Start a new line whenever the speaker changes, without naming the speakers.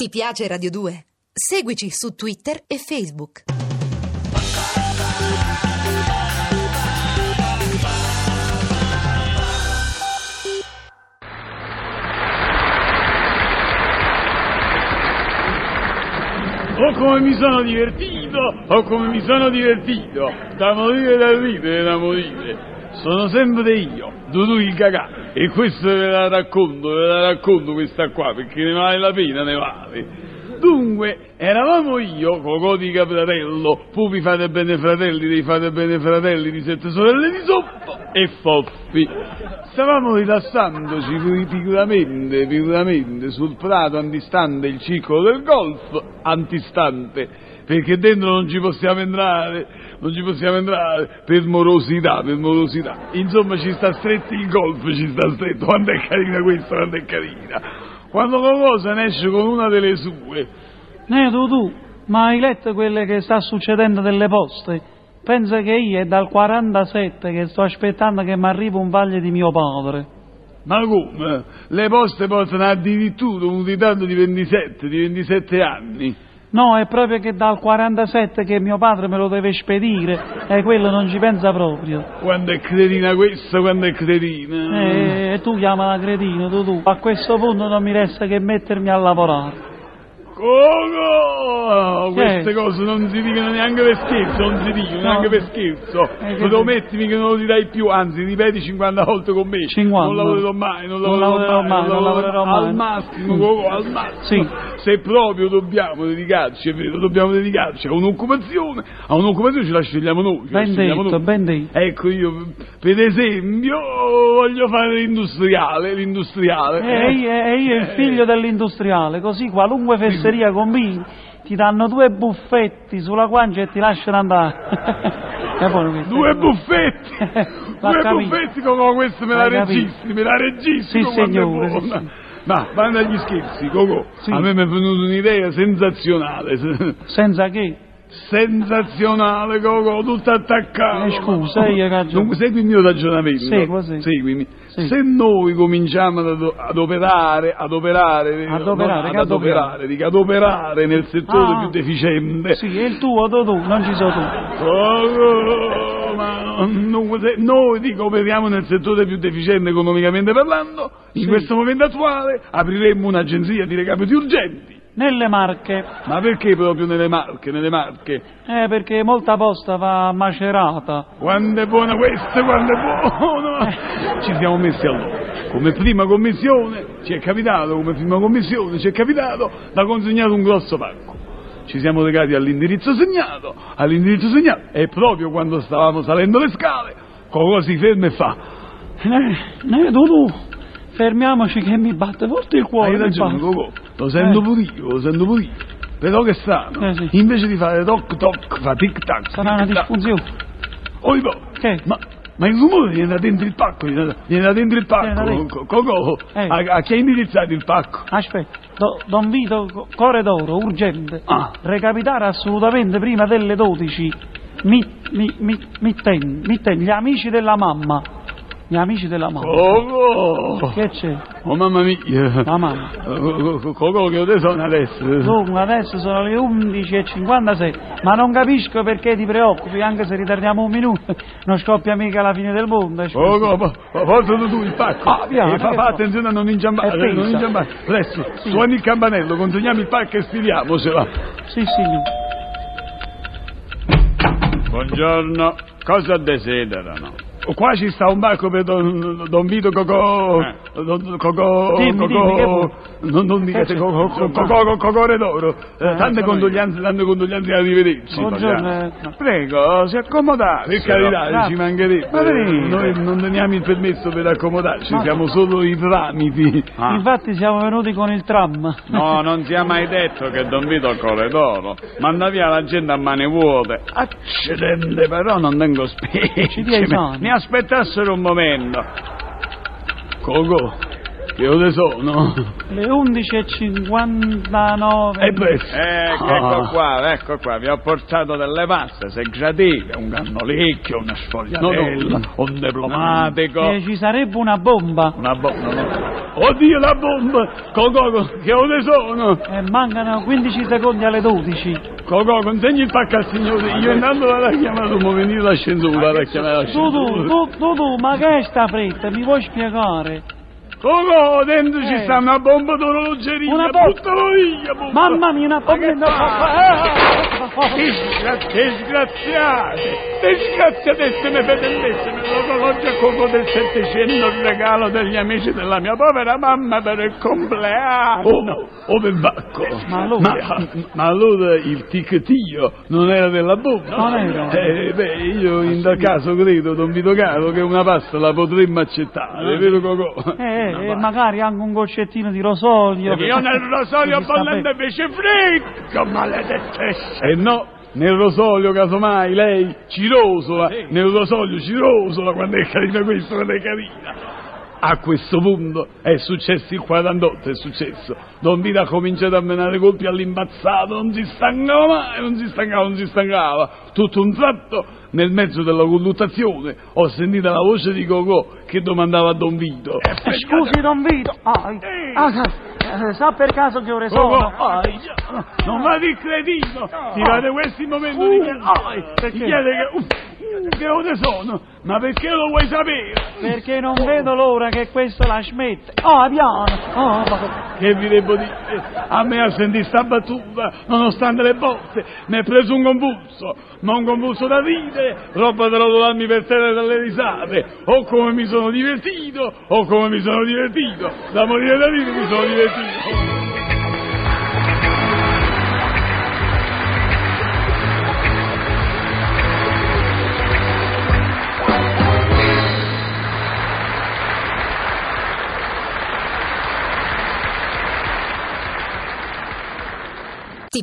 Ti piace Radio 2? Seguici su Twitter e Facebook.
Oh come mi sono divertito, oh come mi sono divertito, da morire da ridere, da morire. Sono sempre io, Dudu il cagà, e questo ve la racconto, ve la racconto questa qua, perché ne vale la pena, ne vale. Dunque, eravamo io, Cocò di Capratello, Pupi fate bene fratelli, dei fate bene fratelli, di sette sorelle di soppo e Foffi. Stavamo rilassandoci piguramente, piguramente sul prato antistante il circolo del golf, antistante, perché dentro non ci possiamo entrare, non ci possiamo entrare per morosità, per morosità. Insomma ci sta stretto il golf, ci sta stretto, quanto è carina questa, quanto è carina. Quando qualcosa ne esce con una delle sue,
Neto tu, ma hai letto quelle che sta succedendo delle poste? Pensa che io è dal 47 che sto aspettando che mi arrivi un vaglio di mio padre.
ma come? Le poste portano addirittura un ritardo di 27, di 27 anni.
No, è proprio che dal 47 che mio padre me lo deve spedire e quello non ci pensa proprio.
Quando è cretina questa, quando è cretina.
E, e tu chiama la cretina, tu tu. A questo punto non mi resta che mettermi a lavorare.
Coco! Queste
Che?
cose non si dicono neanche per scherzo, non si dicono neanche per scherzo.
Eh, che
Lo devo
dici?
mettimi che non lo dirai più, anzi ripeti 50 volte con me.
50.
Non lavorerò mai, non
Non
lavorerò,
lavorerò
mai,
mai, non lavorerò mai.
Al massimo, Coco, al massimo.
Sì.
Se proprio dobbiamo dedicarci, è vero, dobbiamo dedicarci a un'occupazione, a un'occupazione ce la scegliamo noi. ce la
Ben
scegliamo
detto,
noi.
ben detto.
Ecco, io per esempio voglio fare l'industriale, l'industriale. Eh,
E io, e io il figlio dell'industriale, così qualunque fesseria combini ti danno due buffetti sulla guancia e ti lasciano andare. E poi questa-
Due buffetti!
Eh, L'ha
Due
capito.
buffetti come questo me la
L'ha capito.
registri, me la registri!
Sì,
quando è
signore, sì,
buona.
sì.
Ma bando agli scherzi, Coco.
Sì.
A me mi è venuta un'idea sensazionale. se-
Senza che?
Senzazionale, Coco, tutto attaccato.
Eh, scusa, io ragiono.
Dunque, segui il mio ragionamento.
Seguo, sì.
Seguimi.
Sì.
Se noi cominciamo ad, ad operare, ad operare,
Ad
no,
operare,
ad
che ad
operare, dico, ad operare nel settore
Ah.
più deficiente,
Sì, e il tuo, tu, tu, non ci sono tu.
Oh, ma non- se noi dico operiamo nel settore più deficiente economicamente parlando, in
Sì.
questo momento attuale apriremmo un'agenzia di recapiti urgenti.
Nelle Marche,
Ma perché proprio nelle marche, nelle marche?
eh, perché molta posta va macerata.
Quando è buona questa, quando è buona! Ci siamo messi allora. Come prima commissione ci è capitato, come prima commissione ci è capitato da consegnare un grosso pacco. Ci siamo legati all'indirizzo segnato, all'indirizzo segnato, e proprio quando stavamo salendo le scale, Coco si ferma e fa.
Eh, ne- tu, tu, fermiamoci che mi batte forte il cuore.
Hai
mi
ragione,
batte.
Coco, lo sento
Eh.
pure io, lo sento pure io. Però che strano,
Eh, sì.
invece di fare toc toc fa tic tac.
Sarà una disfunzione.
Oi, boh.
Che?
Ma, ma il rumore viene da dentro il pacco, viene da, viene da dentro il
Viene da
pacco.
dentro.
Co- Coco,
Eh.
a, a chi ha indirizzato il pacco?
Aspetta, do- Don Vito Co- Corredoro, urgente.
Ah.
Recapitare assolutamente prima delle 12. Mi, mi, mi, mitten- mitten- gli amici della mamma. Gli amici della mamma.
Oh.
Coco!
Che c'è?
Oh mamma mia!
La mamma.
Co- co- Coco che ore sono adesso?
Dunque, adesso sono le 11.56, ma non capisco perché ti preoccupi, anche se ritardiamo un minuto, non scoppia mica la fine del mondo. eh, scusa.
Coco, po- po- portalo tu il pacco
Ah, piano,
e fa, fa
piano.
attenzione a non
Eh,
inciampare, non
pensa.
inciampare. Presto, suoni il campanello, consegniamo il pacco e sfidiamocela.
Sì, signore.
Buongiorno, cosa desiderano? Qua ci sta un barco per Don, don Vito Cocò.
Eh.
Don- Cocò.
Dimmi,
Cocò-
dimmi, che vuoi?
non, non dite
Eh,
Cocò, Cocò,
insomma.
Cocò, Cocore d'oro. Eh, tante
sono
condoglianze, tante condoglianze, arrivederci.
Buongiorno.
parliamo.
eh, no.
Prego, si accomodate.
Per carità, ci
grazie.
mancherebbe.
Ma venite.
Noi non teniamo il permesso per accomodarci,
Ma-
siamo solo i tramiti.
Ah.
Infatti siamo venuti con il tram.
No, non ti ha mai detto che Don Vito Corredoro manda via la gente a mani vuote. Accidente, però non tengo specie.
Ci dia i soldi.
Mi aspettassero un momento.
Cocò, Che ore sono?
Le 11.59.
E questo? Ah.
Ecco, ecco qua, ecco qua, vi ho portato delle paste, se gradite, un cannolicchio, una
No,
sfogliatella,
no.
un diplomatico,
Eh, ci sarebbe una bomba.
una bomba. no.
Oddio la bomba! Coco, che ore sono?
E eh, mancano 15 secondi alle 12.
Coco, consegni il pacco al signore. Io intanto vado a chiamare, mo venire l'ascensore, vado a chiamare
Tu, tu,
l'ascensore.
tu, tu, tu, ma che è sta fretta? Mi vuoi spiegare?
Coco, dentro ci
Eh.
sta una bomba d'orologeria,
Una bomba.
buttalo via, bomba!
Mamma mia, una
che
bomba.
Disgra- Disgraziate! Disgraziatissime fratellissime, l'orologio Coco del Settecento, il regalo degli amici della mia povera mamma per il compleanno! Oh, oh bacco!
Ma allora-
ma, ma allora il ticchettio non era della bomba?
Non era.
Eh, beh, io in tal caso credo, Don Vito Caro, che una pasta la potremmo accettare, vero Coco?
Eh, eh, magari anche un goccettino di rosolio.
Io nel rosolio
Mi sta
bollente
bene.
invece fricco, maledettessa! E Eh no, nel rosolio casomai lei ci rosola, nel rosolio ci rosola quando è carina questo, quando è carina. A questo punto è successo il 48, è successo. Don Vito ha cominciato a menare colpi all'imbazzato, non si stancava mai, non si stancava, non si stancava. Tutto un tratto, nel mezzo della colluttazione, ho sentito la voce di Cocò che domandava a Don Vito.
Eh, Scusi, Don Vito. Ah, eh, ah, eh, sa per caso che ore sono?
Cocò,
Ah, eh.
Oh, non vado il cretino! Ti vado questi momenti di calore! Ti
perché?
chiede che... uff, che ore sono? Ma perché lo vuoi sapere?
Perché non vedo l'ora che questo la smette. Oh, piano. Oh, ma-
Che vi devo dire? A me a sentire sta battuta, nonostante le botte, mi è preso un convulso, ma un convulso da ridere, roba da rotolarmi per terra dalle risate. O come mi sono divertito, o come mi sono divertito. Da morire da ridere mi sono divertito.
Ti